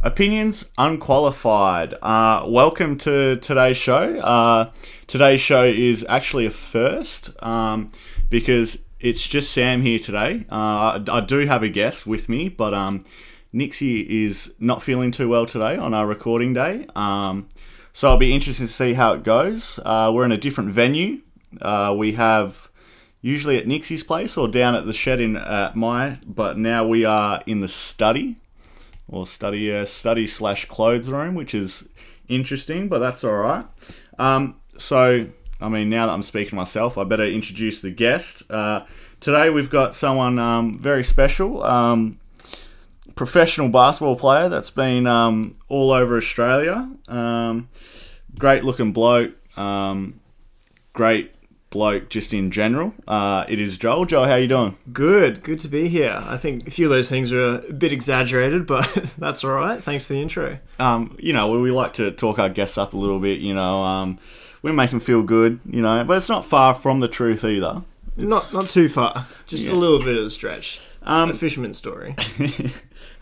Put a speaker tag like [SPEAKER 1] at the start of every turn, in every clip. [SPEAKER 1] Opinions unqualified. Uh, welcome to today's show. Uh, today's show is actually a first um, because it's just Sam here today. Uh, I, I do have a guest with me, but um, Nixie is not feeling too well today on our recording day. Um, so I'll be interested to see how it goes. Uh, we're in a different venue. Uh, we have usually at Nixie's place or down at the shed in uh, at my, but now we are in the study or study uh, study slash clothes room, which is interesting, but that's all right. Um, so, I mean, now that I'm speaking to myself, I better introduce the guest. Uh, today we've got someone um, very special, um, professional basketball player that's been um, all over Australia. Um, great looking bloke, um, great bloke just in general. Uh, it is Joel. Joel, how you doing?
[SPEAKER 2] Good, good to be here. I think a few of those things are a bit exaggerated, but that's all right. Thanks for the intro.
[SPEAKER 1] um, you know, we, we like to talk our guests up a little bit, you know, um, we make them feel good, you know, but it's not far from the truth either.
[SPEAKER 2] Not not too far, just
[SPEAKER 1] Yeah.
[SPEAKER 2] a little bit of a stretch.
[SPEAKER 1] Um,
[SPEAKER 2] a fisherman's story.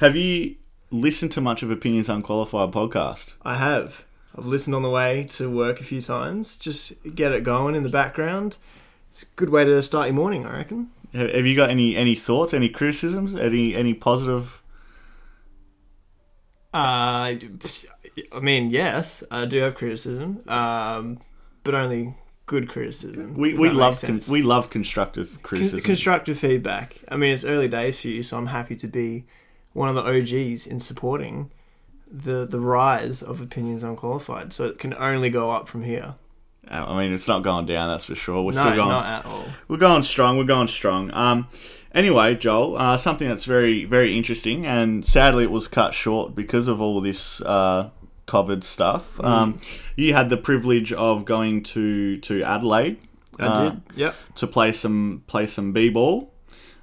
[SPEAKER 1] Have you listened to much of Opinions Unqualified podcast?
[SPEAKER 2] I have. I've listened on the way to work a few times. Just get it going in the background. It's a good way to start your morning, I reckon.
[SPEAKER 1] Have, have you got any, any thoughts, any criticisms, any, any positive?
[SPEAKER 2] Uh, I mean, yes, I do have criticism, um, but only good criticism.
[SPEAKER 1] We,
[SPEAKER 2] if
[SPEAKER 1] we
[SPEAKER 2] that makes
[SPEAKER 1] love, con-
[SPEAKER 2] sense.
[SPEAKER 1] we love constructive criticism.
[SPEAKER 2] constructive feedback. I mean, it's early days for you, so I'm happy to be one of the OGs in supporting the the rise of opinions unqualified. So it can only go up from here.
[SPEAKER 1] Uh, I mean, it's not going down, that's for sure. We're
[SPEAKER 2] no,
[SPEAKER 1] still going,
[SPEAKER 2] not at all.
[SPEAKER 1] we're going strong. We're going strong. Um, anyway, Joel, uh, something that's very, very interesting, and sadly it was cut short because of all this uh, COVID stuff.
[SPEAKER 2] Mm.
[SPEAKER 1] Um, you had the privilege of going to to Adelaide.
[SPEAKER 2] I
[SPEAKER 1] uh,
[SPEAKER 2] did. Yep.
[SPEAKER 1] to play some play some b ball.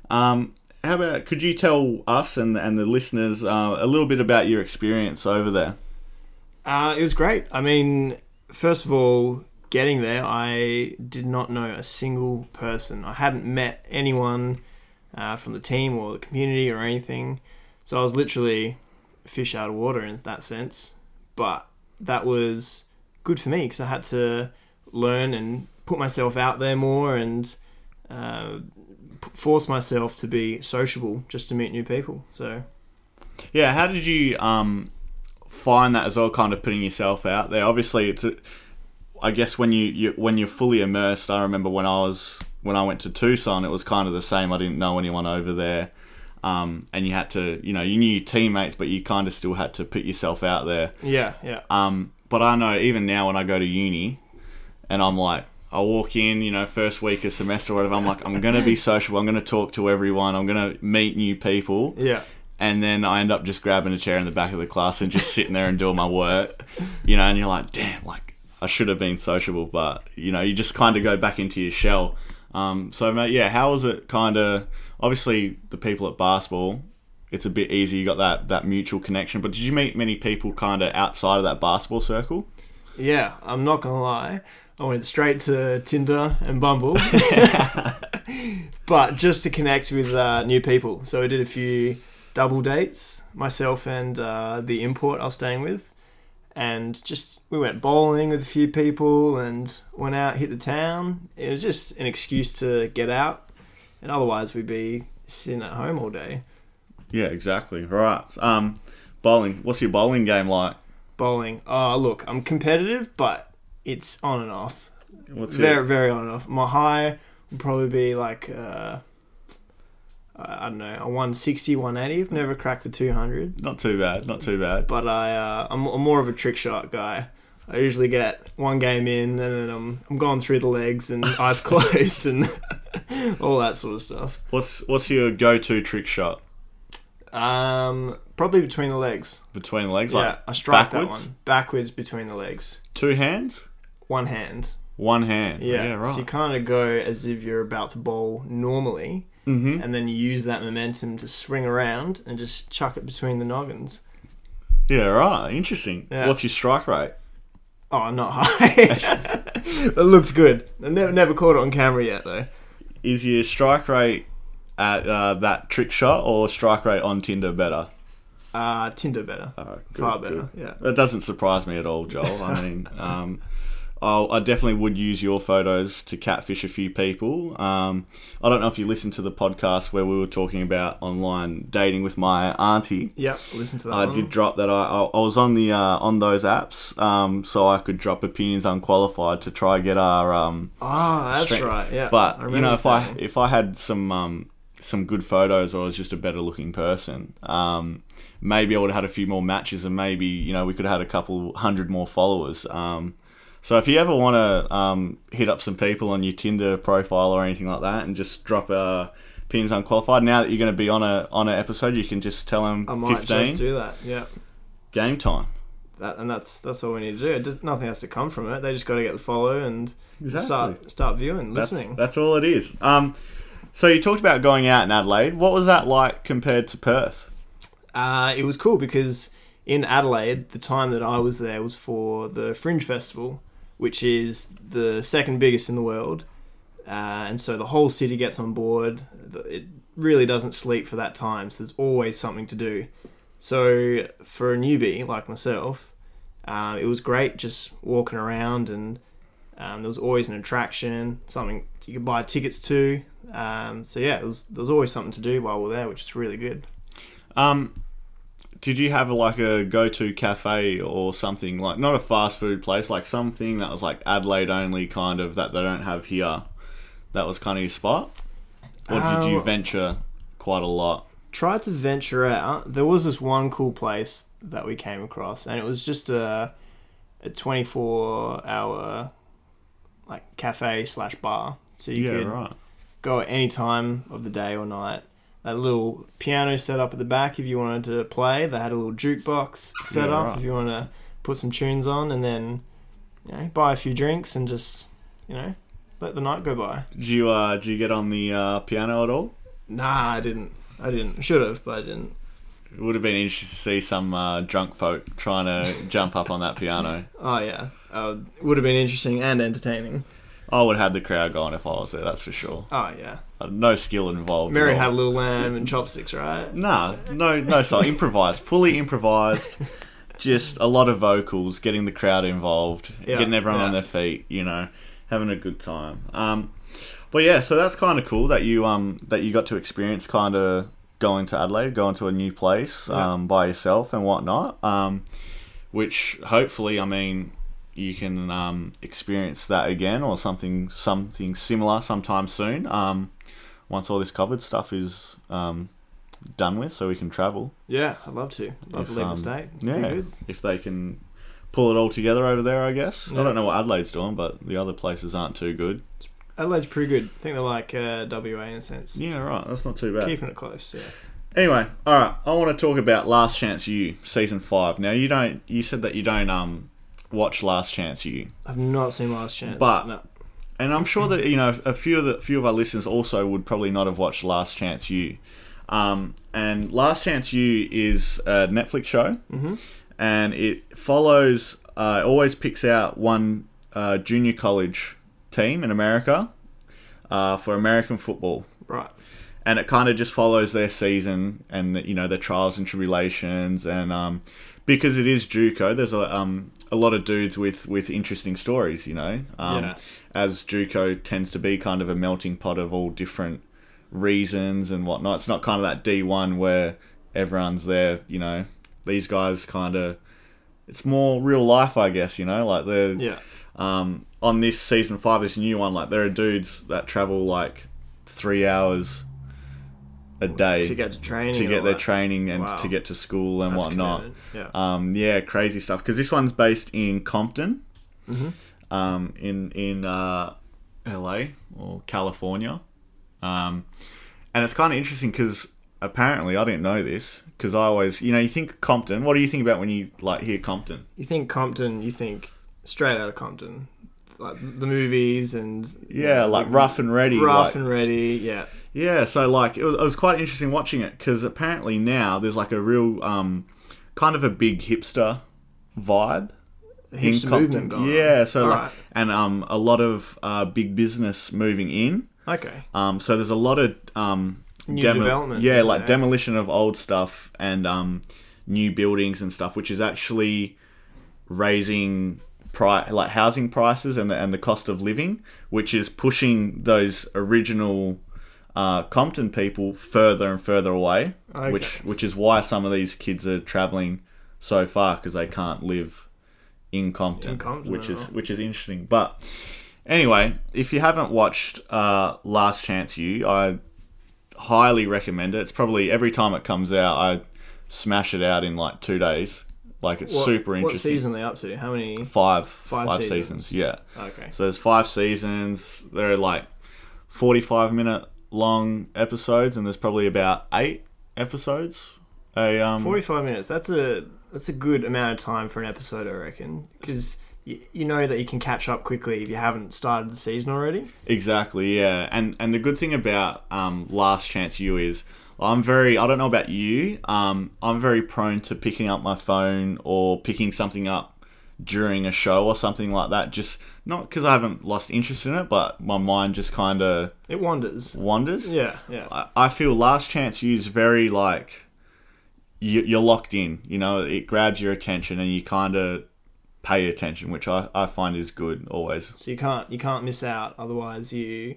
[SPEAKER 1] Um, how about could you tell us and and the listeners uh, a little bit about your experience over there?
[SPEAKER 2] Uh, it was great. I mean, first of all, getting there, I did not know a single person. I hadn't met anyone uh, from the team or the community or anything. So I was literally a fish out of water in that sense. But that was good for me because I had to learn and put myself out there more and uh, p- force myself to be sociable just to meet new people. So
[SPEAKER 1] Yeah, how did you um, find that as well? Kind of putting yourself out there. Obviously, it's. A, I guess when you, you when you're fully immersed. I remember when I was when I went to Tucson, it was kind of the same. I didn't know anyone over there, um, and you had to you know you knew your teammates, but you kind of still had to put yourself out there.
[SPEAKER 2] yeah, yeah.
[SPEAKER 1] Um, but I know even now when I go to uni, and I'm like, I walk in, you know, first week of semester or whatever. I'm like, I'm gonna be sociable. I'm gonna talk to everyone. I'm gonna meet new people
[SPEAKER 2] Yeah.
[SPEAKER 1] and then I end up just grabbing a chair in the back of the class and just sitting there and doing my work, you know. And you're like, damn, like I should have been sociable, but you know, you just kind of go back into your shell. Um, so, mate, yeah, how was it? Kind of obviously the people at basketball, it's a bit easy. You got that that mutual connection, but did you meet many people kind of outside of that basketball circle?
[SPEAKER 2] Yeah, I'm not gonna lie. I went straight to Tinder and Bumble, but just to connect with uh, new people. So I did a few double dates myself and uh, the import I was staying with, and just we went bowling with a few people and went out hit the town. It was just an excuse to get out, and otherwise we'd be sitting at home all day.
[SPEAKER 1] Yeah, exactly. Right. Um, bowling. What's your bowling game like?
[SPEAKER 2] Bowling. Oh, look, I'm competitive, but it's on and off.
[SPEAKER 1] What's
[SPEAKER 2] very, very on and off. My high would probably be like, uh, I I don't know, a 160, 180. I've never cracked the 200,
[SPEAKER 1] Not too bad. Not too bad.
[SPEAKER 2] but I, uh, I'm, I'm more of a trick shot guy. I usually get one game in and then I'm, I'm going through the legs and eyes closed and all that sort of stuff.
[SPEAKER 1] What's what's your go-to trick shot?
[SPEAKER 2] Um, probably between the legs.
[SPEAKER 1] between legs,
[SPEAKER 2] yeah,
[SPEAKER 1] like
[SPEAKER 2] I strike
[SPEAKER 1] backwards?
[SPEAKER 2] that one. Backwards between the legs.
[SPEAKER 1] two hands,
[SPEAKER 2] One hand.
[SPEAKER 1] one hand.
[SPEAKER 2] Yeah,
[SPEAKER 1] right.
[SPEAKER 2] So you kind of go as if you're about to bowl normally,
[SPEAKER 1] Mhm.
[SPEAKER 2] and then you use that momentum to swing around and just chuck it between the noggins.
[SPEAKER 1] yeah, right. Interesting.
[SPEAKER 2] Yeah.
[SPEAKER 1] What's your strike rate?
[SPEAKER 2] Oh, not high. that looks good. I never, never caught it on camera yet, though.
[SPEAKER 1] Is your strike rate at uh, that trick shot or strike rate on Tinder better?
[SPEAKER 2] Uh, Tinder better.
[SPEAKER 1] Uh, good,
[SPEAKER 2] Far
[SPEAKER 1] good.
[SPEAKER 2] better. Yeah.
[SPEAKER 1] That doesn't surprise me at all, Joel. I mean, um, I'll, I definitely would use your photos to catfish a few people. Um, I don't know if you listened to the podcast where we were talking about online dating with my auntie.
[SPEAKER 2] Yep. Listen to that.
[SPEAKER 1] I
[SPEAKER 2] one.
[SPEAKER 1] did drop that. I, I, I was on the uh, on those apps, um, so I could drop opinions unqualified to try get our um,
[SPEAKER 2] Ah, that's
[SPEAKER 1] strength.
[SPEAKER 2] right. Yeah.
[SPEAKER 1] But
[SPEAKER 2] I
[SPEAKER 1] you know,
[SPEAKER 2] remember
[SPEAKER 1] if I
[SPEAKER 2] saying.
[SPEAKER 1] if I had some um, some good photos, or I was just a better looking person, um, maybe I would have had a few more matches, and maybe you know we could have had a couple hundred more followers. Um, so if you ever want to um, hit up some people on your Tinder profile or anything like that, and just drop uh, pins unqualified. Now that you're going to be on a on an episode, you can just tell them
[SPEAKER 2] I might just
[SPEAKER 1] 15
[SPEAKER 2] do that. Yeah.
[SPEAKER 1] game time.
[SPEAKER 2] That and that's that's all we need to do. It does, nothing has to come from it. They just got to get the follow and
[SPEAKER 1] Exactly.
[SPEAKER 2] start start viewing,
[SPEAKER 1] That's
[SPEAKER 2] listening.
[SPEAKER 1] that's all it is. Um, so you talked about going out in Adelaide. What was that like compared to Perth?
[SPEAKER 2] Uh, it was cool because in Adelaide, the time that I was there was for the Fringe Festival, which is the second biggest in the world. Uh, and so the whole city gets on board. The- It really doesn't sleep for that time, so there's always something to do. So for a newbie like myself, uh, it was great just walking around, and um, there was always an attraction, something you could buy tickets to. Um, so yeah, it was, there was always something to do while we we're there, which is really good.
[SPEAKER 1] Um, did you have like a go-to cafe or something like not a fast food place, like something that was like Adelaide only kind of that they don't have here? That was kind of your spot, or did you
[SPEAKER 2] Um,
[SPEAKER 1] venture quite a lot?
[SPEAKER 2] tried to venture out. Uh, There was this one cool place that we came across, and it was just a a twenty four hour like cafe slash bar, so you could
[SPEAKER 1] right.
[SPEAKER 2] go at any time of the day or night. That little piano set up at the back if you wanted to play. They had a little jukebox set
[SPEAKER 1] Yeah,
[SPEAKER 2] up
[SPEAKER 1] right.
[SPEAKER 2] if you want to put some tunes on, and then you know buy a few drinks and just you know let the night go by.
[SPEAKER 1] Did you uh, did you get on the uh, piano at all?
[SPEAKER 2] Nah, I didn't. I didn't. Should have, but I didn't.
[SPEAKER 1] It would have been interesting to see some uh, drunk folk trying to jump up on that piano.
[SPEAKER 2] Oh yeah, uh, would have been interesting and entertaining.
[SPEAKER 1] I would have had the crowd going if I was there, that's for sure.
[SPEAKER 2] Oh yeah,
[SPEAKER 1] Uh, No skill involved.
[SPEAKER 2] Mary
[SPEAKER 1] at all.
[SPEAKER 2] had a little lamb and chopsticks, right?
[SPEAKER 1] Nah, no, no, so improvised, fully improvised. Just a lot of vocals, getting the crowd involved,
[SPEAKER 2] Yeah,
[SPEAKER 1] getting everyone on
[SPEAKER 2] yeah.
[SPEAKER 1] their feet, you know, having a good time. Um, but yeah, so that's kind of cool that you um that you got to experience kind of going to Adelaide, going to a new place
[SPEAKER 2] Yeah.
[SPEAKER 1] um, by yourself and whatnot. Um, which hopefully, I mean, you can um, experience that again or something something similar sometime soon. Um, once all this COVID stuff is um, done with, so we can travel.
[SPEAKER 2] Yeah, I'd love to. Love
[SPEAKER 1] If,
[SPEAKER 2] to leave
[SPEAKER 1] um,
[SPEAKER 2] the state. It'd be
[SPEAKER 1] Yeah,
[SPEAKER 2] good.
[SPEAKER 1] if they can pull it all together over there, I guess. I
[SPEAKER 2] Yeah.
[SPEAKER 1] don't know what Adelaide's doing, but the other places aren't too good.
[SPEAKER 2] Adelaide's pretty good. I think they're like uh, WA in a sense.
[SPEAKER 1] Yeah, right. That's not too bad.
[SPEAKER 2] Keeping it close. Yeah.
[SPEAKER 1] Anyway, all right. I want to talk about Last Chance U season five. Now you don't. You said that you don't um watch Last Chance U,
[SPEAKER 2] I've not seen Last Chance.
[SPEAKER 1] But-
[SPEAKER 2] no.
[SPEAKER 1] and I'm sure that you know a few of the few of our listeners also would probably not have watched Last Chance U. Um, and Last Chance U is a Netflix show, and it follows. Uh, it always picks out one uh, junior college team in America uh, for American football.
[SPEAKER 2] right.
[SPEAKER 1] and it kind of just follows their season and you know their trials and tribulations and um, because it is JUCO, there's a um, a lot of dudes with with interesting stories, you know. Um,
[SPEAKER 2] Yeah.
[SPEAKER 1] As JUCO tends to be kind of a melting pot of all different reasons and whatnot. It's not kind of that D one where everyone's there, you know. These guys kind of it's more real life, I guess, you know. Like they're
[SPEAKER 2] Yeah.
[SPEAKER 1] um, on this season five, this new one, like there are dudes that travel like three hours a day
[SPEAKER 2] To get to training.
[SPEAKER 1] to
[SPEAKER 2] and
[SPEAKER 1] get
[SPEAKER 2] all
[SPEAKER 1] their
[SPEAKER 2] that.
[SPEAKER 1] training and
[SPEAKER 2] Wow.
[SPEAKER 1] to get to school and
[SPEAKER 2] That's
[SPEAKER 1] whatnot.
[SPEAKER 2] commitment. Yeah.
[SPEAKER 1] Um, yeah, crazy stuff. Because this one's based in Compton,
[SPEAKER 2] Mm-hmm.
[SPEAKER 1] um, in in uh, LA or California, um, and it's kind of interesting because apparently I didn't know this because I always, you know, you think Compton. What do you think about when you like hear Compton?
[SPEAKER 2] you think Compton? You think straight out of Compton, like the movies and
[SPEAKER 1] Yeah, like rough and ready,
[SPEAKER 2] rough
[SPEAKER 1] like-
[SPEAKER 2] and ready. Yeah.
[SPEAKER 1] Yeah, so like it was, it was quite interesting watching it because apparently now there's like a real um, kind of a big hipster vibe
[SPEAKER 2] Heaps of movement going on.
[SPEAKER 1] Yeah, so
[SPEAKER 2] All
[SPEAKER 1] like,
[SPEAKER 2] right.
[SPEAKER 1] and um, a lot of uh, big business moving in.
[SPEAKER 2] Okay.
[SPEAKER 1] Um, so there's a lot of um,
[SPEAKER 2] New development,
[SPEAKER 1] Yeah,
[SPEAKER 2] isn't
[SPEAKER 1] like
[SPEAKER 2] there?
[SPEAKER 1] demolition of old stuff and um, new buildings and stuff, which is actually raising pri- like housing prices and the, and the cost of living, which is pushing those original uh, Compton people further and further away,
[SPEAKER 2] Okay.
[SPEAKER 1] which which is why some of these kids are traveling so far because they can't live in Compton,
[SPEAKER 2] In Compton
[SPEAKER 1] which
[SPEAKER 2] at
[SPEAKER 1] is
[SPEAKER 2] all.
[SPEAKER 1] which is interesting. But anyway, if you haven't watched uh, Last Chance U, I highly recommend it. It's probably every time it comes out, I smash it out in like two days. Like it's
[SPEAKER 2] What-
[SPEAKER 1] super interesting.
[SPEAKER 2] What season are they up to? How many?
[SPEAKER 1] Five,
[SPEAKER 2] Five
[SPEAKER 1] five
[SPEAKER 2] seasons.
[SPEAKER 1] seasons. Yeah.
[SPEAKER 2] Okay.
[SPEAKER 1] So there's five seasons. They're like 45 minute long episodes, and there's probably about eight episodes. A um,
[SPEAKER 2] 45 minutes. That's a that's a good amount of time for an episode, I reckon, because you, you know that you can catch up quickly if you haven't started the season already.
[SPEAKER 1] Exactly, yeah. And and the good thing about um, Last Chance U is I'm very I don't know about you, um, I'm very prone to picking up my phone or picking something up during a show or something like that. Just not because I haven't lost interest in it, but my mind just kind of
[SPEAKER 2] It wanders.
[SPEAKER 1] wanders.
[SPEAKER 2] Yeah, yeah.
[SPEAKER 1] I, I feel Last Chance U is very like you, you're locked in. You know, it grabs your attention and you kind of pay attention, which I, I find is good always.
[SPEAKER 2] So you can't you can't miss out. Otherwise, you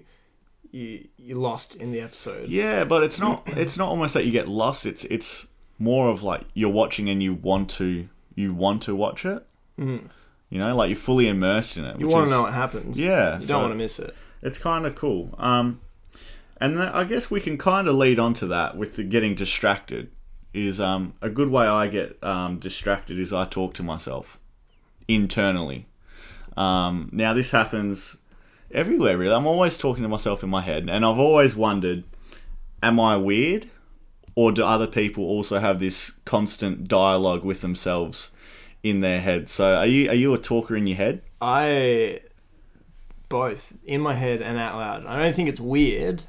[SPEAKER 2] you you're lost in the episode.
[SPEAKER 1] Yeah, but it's not it's not almost that you get lost. It's it's more of like you're watching and you want to you want to watch it. Mm. You know, like you're fully immersed in it.
[SPEAKER 2] you
[SPEAKER 1] which
[SPEAKER 2] want
[SPEAKER 1] is-
[SPEAKER 2] to know what happens.
[SPEAKER 1] Yeah,
[SPEAKER 2] You
[SPEAKER 1] so-
[SPEAKER 2] don't want to miss it.
[SPEAKER 1] It's kind of cool. Um, and th- I guess we can kind of lead on to that with the getting distracted. Is um, a good way I get um, distracted is I talk to myself internally. Um, now this happens everywhere. Really, I'm always talking to myself in my head, and I've always wondered, am I weird, or do other people also have this constant dialogue with themselves in their head? So, are you are you a talker in your head?
[SPEAKER 2] I both in my head and out loud. I don't think it's weird,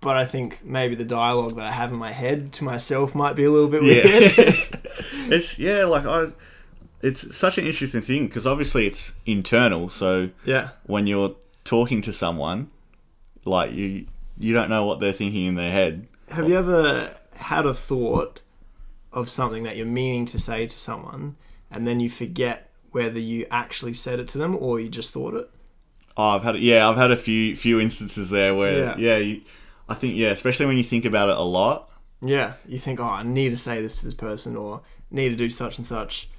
[SPEAKER 2] but I think maybe the dialogue that I have in my head to myself might be a little bit weird.
[SPEAKER 1] it's yeah, like I. It's such an interesting thing because obviously it's internal. So
[SPEAKER 2] Yeah.
[SPEAKER 1] when you're talking to someone, like you, you don't know what they're thinking in their head.
[SPEAKER 2] Have you ever had a thought of something that you're meaning to say to someone and then you forget whether you actually said it to them or you just thought it?
[SPEAKER 1] Oh, I've had yeah, I've had a few few instances there where
[SPEAKER 2] Yeah.
[SPEAKER 1] yeah, you, I think yeah, especially when you think about it a lot.
[SPEAKER 2] Yeah. You think, oh, I need to say this to this person or need to do such and such.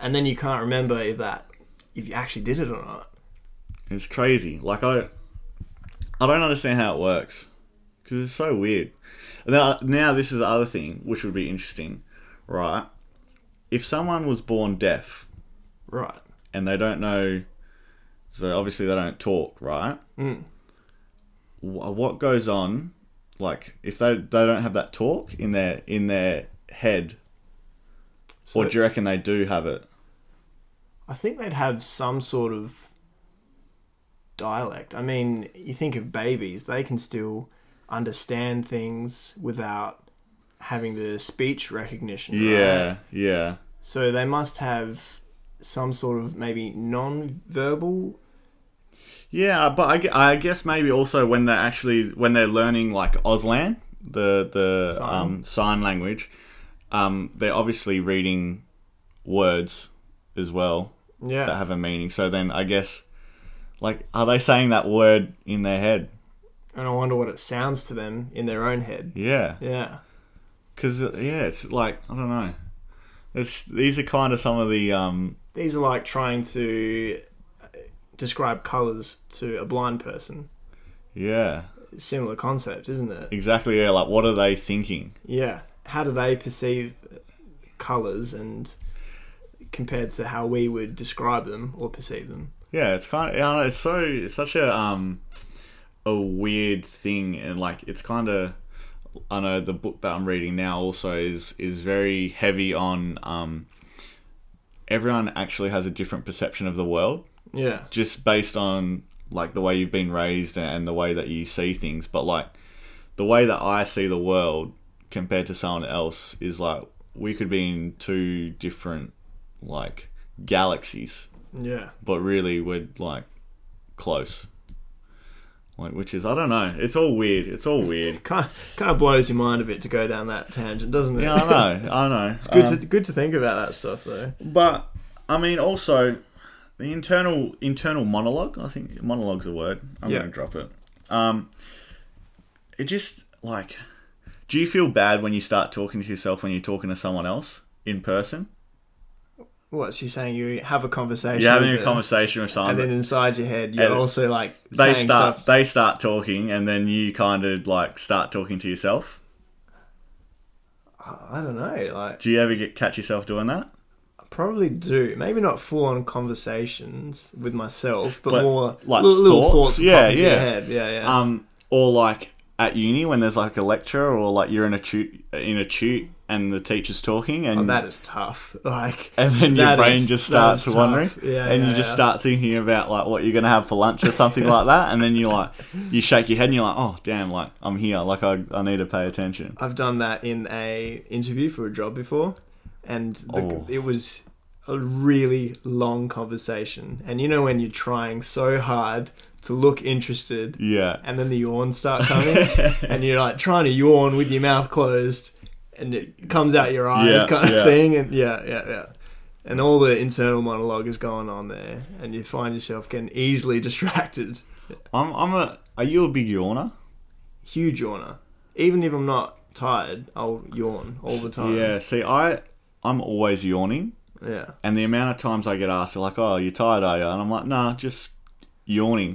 [SPEAKER 2] And then you can't remember if that, if you actually did it or not.
[SPEAKER 1] It's crazy. Like I, I don't understand how it works because it's so weird. And Now, now this is the other thing which would be interesting, right? If someone was born deaf,
[SPEAKER 2] Right.
[SPEAKER 1] and they don't know. So obviously they don't talk, right?
[SPEAKER 2] Mm.
[SPEAKER 1] Wh- What goes on? Like if they they don't have that talk in their in their head, or
[SPEAKER 2] So-
[SPEAKER 1] do you reckon they do have it?
[SPEAKER 2] I think they'd have some sort of dialect. I mean, you think of babies, they can still understand things without having the speech recognition. right?
[SPEAKER 1] Yeah, yeah,
[SPEAKER 2] So they must have some sort of maybe non-verbal.
[SPEAKER 1] yeah. uh, But I, gue- I guess maybe also when they're actually when they're learning like Auslan, the the
[SPEAKER 2] Sign.
[SPEAKER 1] um, sign language, um, they're obviously reading words as well. that
[SPEAKER 2] Yeah.
[SPEAKER 1] have a meaning. So then I guess, like, are they saying that word in their head?
[SPEAKER 2] And I wonder what it sounds to them in their own head.
[SPEAKER 1] Yeah.
[SPEAKER 2] Yeah.
[SPEAKER 1] Because, yeah, it's like, I don't know. It's, these are kind of some of the, um,
[SPEAKER 2] These are like trying to uh, describe colors to a blind person.
[SPEAKER 1] yeah,
[SPEAKER 2] Similar concept, isn't it?
[SPEAKER 1] exactly. Yeah, like, what are they thinking?
[SPEAKER 2] Yeah. How do they perceive colors and compared to how we would describe them or perceive them?
[SPEAKER 1] Yeah, it's kind of, I don't know, it's so, it's such a, um, a weird thing. And, like, it's kind of, I know the book that I'm reading now also is, is very heavy on, um, everyone actually has a different perception of the world.
[SPEAKER 2] Yeah.
[SPEAKER 1] just based on like the way you've been raised and the way that you see things, but like the way that I see the world compared to someone else is like we could be in two different like galaxies,
[SPEAKER 2] Yeah.
[SPEAKER 1] but really we're like close. Like, which is I don't know. It's all weird. It's all weird.
[SPEAKER 2] Kind of, kind of blows your mind a bit to go down that tangent, doesn't it?
[SPEAKER 1] Yeah, I know. I know. It's
[SPEAKER 2] good, to, good to think about that stuff, though.
[SPEAKER 1] But I mean, also the internal internal monologue. I think monologue's a word. I'm
[SPEAKER 2] Yeah.
[SPEAKER 1] gonna drop it. Um, it just like, do you feel bad when you start talking to yourself when you're talking to someone else in person?
[SPEAKER 2] What's she saying? You have a conversation.
[SPEAKER 1] You're having
[SPEAKER 2] with
[SPEAKER 1] a
[SPEAKER 2] them,
[SPEAKER 1] conversation with someone.
[SPEAKER 2] and then
[SPEAKER 1] but
[SPEAKER 2] inside your head, you're
[SPEAKER 1] and
[SPEAKER 2] also like
[SPEAKER 1] They
[SPEAKER 2] saying
[SPEAKER 1] start.
[SPEAKER 2] stuff.
[SPEAKER 1] They start talking, and then you kind of like start talking to yourself.
[SPEAKER 2] I don't know, like
[SPEAKER 1] Do you ever get catch yourself doing that?
[SPEAKER 2] I probably do. Maybe not full on conversations with myself, but,
[SPEAKER 1] But,
[SPEAKER 2] more
[SPEAKER 1] like,
[SPEAKER 2] li- little
[SPEAKER 1] thoughts?
[SPEAKER 2] thoughts. that
[SPEAKER 1] Yeah,
[SPEAKER 2] pop into
[SPEAKER 1] yeah.
[SPEAKER 2] Your head. Yeah, yeah.
[SPEAKER 1] um, or like at uni when there's like a lecture or like you're in a tute in a tute and the teacher's talking and
[SPEAKER 2] that is tough. Like,
[SPEAKER 1] Um, and then your
[SPEAKER 2] that
[SPEAKER 1] brain
[SPEAKER 2] is-
[SPEAKER 1] just
[SPEAKER 2] that is
[SPEAKER 1] starts
[SPEAKER 2] tough.
[SPEAKER 1] wondering
[SPEAKER 2] Yeah,
[SPEAKER 1] and you
[SPEAKER 2] yeah,
[SPEAKER 1] just
[SPEAKER 2] yeah.
[SPEAKER 1] start thinking about like what you're gonna have for lunch or something like that and then you like you shake your head and you're like oh damn like I'm here like I, I need to pay attention
[SPEAKER 2] I've done that in a interview for a job before, and the,
[SPEAKER 1] Oh.
[SPEAKER 2] it was a really long conversation. And you know when you're trying so hard to look interested,
[SPEAKER 1] yeah
[SPEAKER 2] and then the yawns start coming, and you're like trying to yawn with your mouth closed, and it comes out your eyes,
[SPEAKER 1] Yeah,
[SPEAKER 2] kind of
[SPEAKER 1] yeah.
[SPEAKER 2] thing, and yeah, yeah, yeah. And all the internal monologue is going on there, and you find yourself getting easily distracted.
[SPEAKER 1] I'm I'm a are you a big yawner
[SPEAKER 2] Huge yawner. Even if I'm not tired, I'll yawn all the time.
[SPEAKER 1] yeah see I I'm always yawning
[SPEAKER 2] yeah.
[SPEAKER 1] and the amount of times I get asked like oh you're tired are you and I'm like nah just yawning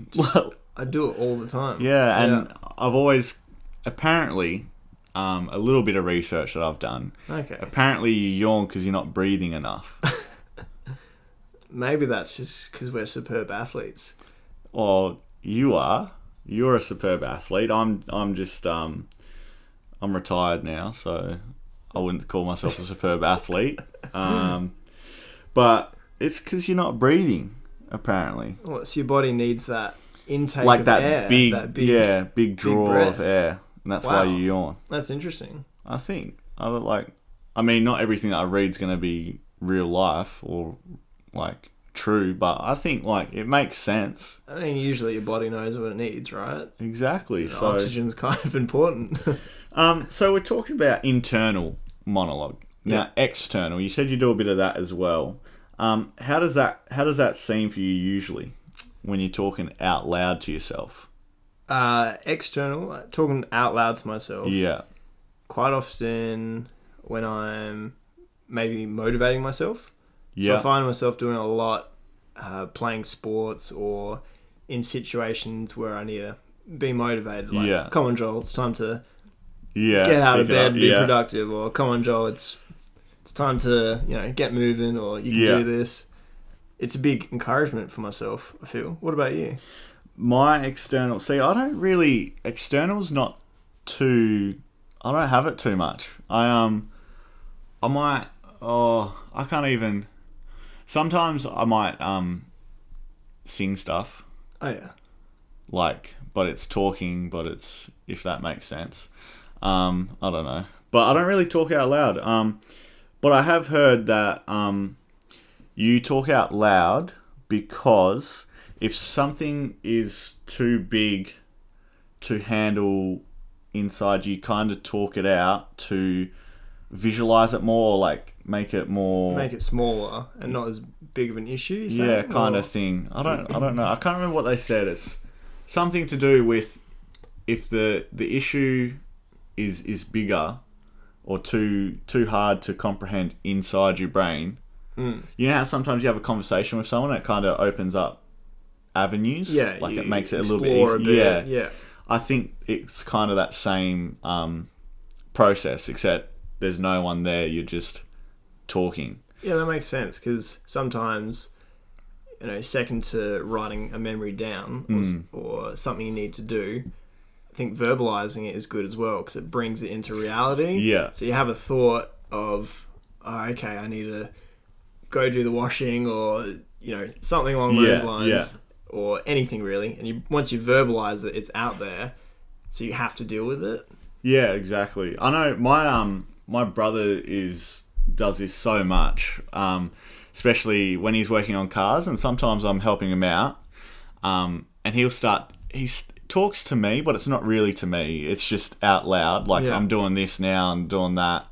[SPEAKER 2] I do it all the time.
[SPEAKER 1] Yeah, and I've always apparently um, a little bit of research that I've done.
[SPEAKER 2] Yeah. okay,
[SPEAKER 1] Apparently, you yawn because you're not breathing enough,
[SPEAKER 2] maybe that's just because we're superb athletes.
[SPEAKER 1] or you are. You're a superb athlete. I'm. I'm just. Um, I'm retired now, so I wouldn't call myself a superb athlete. Um, but it's because you're not breathing. Apparently,
[SPEAKER 2] Well, it's your body needs that intake,
[SPEAKER 1] like
[SPEAKER 2] of
[SPEAKER 1] that,
[SPEAKER 2] air,
[SPEAKER 1] big,
[SPEAKER 2] that big.
[SPEAKER 1] yeah, big draw
[SPEAKER 2] breath.
[SPEAKER 1] of air, and that's why
[SPEAKER 2] Wow.
[SPEAKER 1] you yawn.
[SPEAKER 2] that's interesting.
[SPEAKER 1] I think I would like. I mean, not everything that I read's going to be real life or like true, but I think like it makes sense.
[SPEAKER 2] I mean, usually your body knows what it needs, right?
[SPEAKER 1] Exactly. So,
[SPEAKER 2] Oxygen's kind of important.
[SPEAKER 1] um, so we're talking about internal monologue now. External. You said you do a bit of that as well. Um, how does that How does that seem for you usually when you're talking out loud to yourself?
[SPEAKER 2] uh, external, like, talking out loud to myself.
[SPEAKER 1] Yeah.
[SPEAKER 2] Quite often, when I'm maybe motivating myself, So
[SPEAKER 1] Yeah.
[SPEAKER 2] I find myself doing a lot, uh, playing sports or in situations where I need to be motivated. Like,
[SPEAKER 1] Yeah.
[SPEAKER 2] come on, Joel, it's time to
[SPEAKER 1] yeah.
[SPEAKER 2] get out of
[SPEAKER 1] pick it
[SPEAKER 2] bed,
[SPEAKER 1] up,
[SPEAKER 2] be
[SPEAKER 1] yeah.
[SPEAKER 2] productive. Or come on, Joel, it's it's time to you know get moving. Or you can
[SPEAKER 1] Yeah.
[SPEAKER 2] do this. It's a big encouragement for myself. I feel. What about you?
[SPEAKER 1] my external see i don't really external's not too i don't have it too much i um i might oh i can't even sometimes i might um sing stuff
[SPEAKER 2] Oh yeah,
[SPEAKER 1] like but it's talking but it's if that makes sense um i don't know but i don't really talk out loud um but i have heard that um you talk out loud because if something is too big to handle inside you kind of talk it out to visualize it more or like make it more
[SPEAKER 2] make it smaller and not as big of an issue. you
[SPEAKER 1] yeah,
[SPEAKER 2] saying?
[SPEAKER 1] kind
[SPEAKER 2] Or-
[SPEAKER 1] of thing. I don't, I don't know. I can't remember what they said. It's something to do with if the the issue is is bigger or too too hard to comprehend inside your brain.
[SPEAKER 2] Mm.
[SPEAKER 1] You know how sometimes you have a conversation with someone, it kind of opens up avenues.
[SPEAKER 2] Yeah,
[SPEAKER 1] like
[SPEAKER 2] you
[SPEAKER 1] it makes it a little bit
[SPEAKER 2] explore
[SPEAKER 1] easier.
[SPEAKER 2] a
[SPEAKER 1] yeah,
[SPEAKER 2] yeah.
[SPEAKER 1] I think it's kind of that same um, process, except there's no one there. You're just talking.
[SPEAKER 2] Yeah, that makes sense because sometimes, you know, second to writing a memory down or,
[SPEAKER 1] Mm.
[SPEAKER 2] s or something you need to do, I think verbalizing it is good as well because it brings it into reality.
[SPEAKER 1] Yeah.
[SPEAKER 2] So you have a thought of, oh, okay, I need to go do the washing or, you know, something along those
[SPEAKER 1] Yeah,
[SPEAKER 2] lines
[SPEAKER 1] yeah.
[SPEAKER 2] or anything really. And you, once you verbalize it, it's out there. So you have to deal with it.
[SPEAKER 1] Yeah, exactly. I know my um my brother is does this so much, um, especially when he's working on cars, and sometimes I'm helping him out, um, and he'll start he's talks to me, but it's not really to me. It's just out loud. Like
[SPEAKER 2] Yeah.
[SPEAKER 1] I'm doing this now and doing that,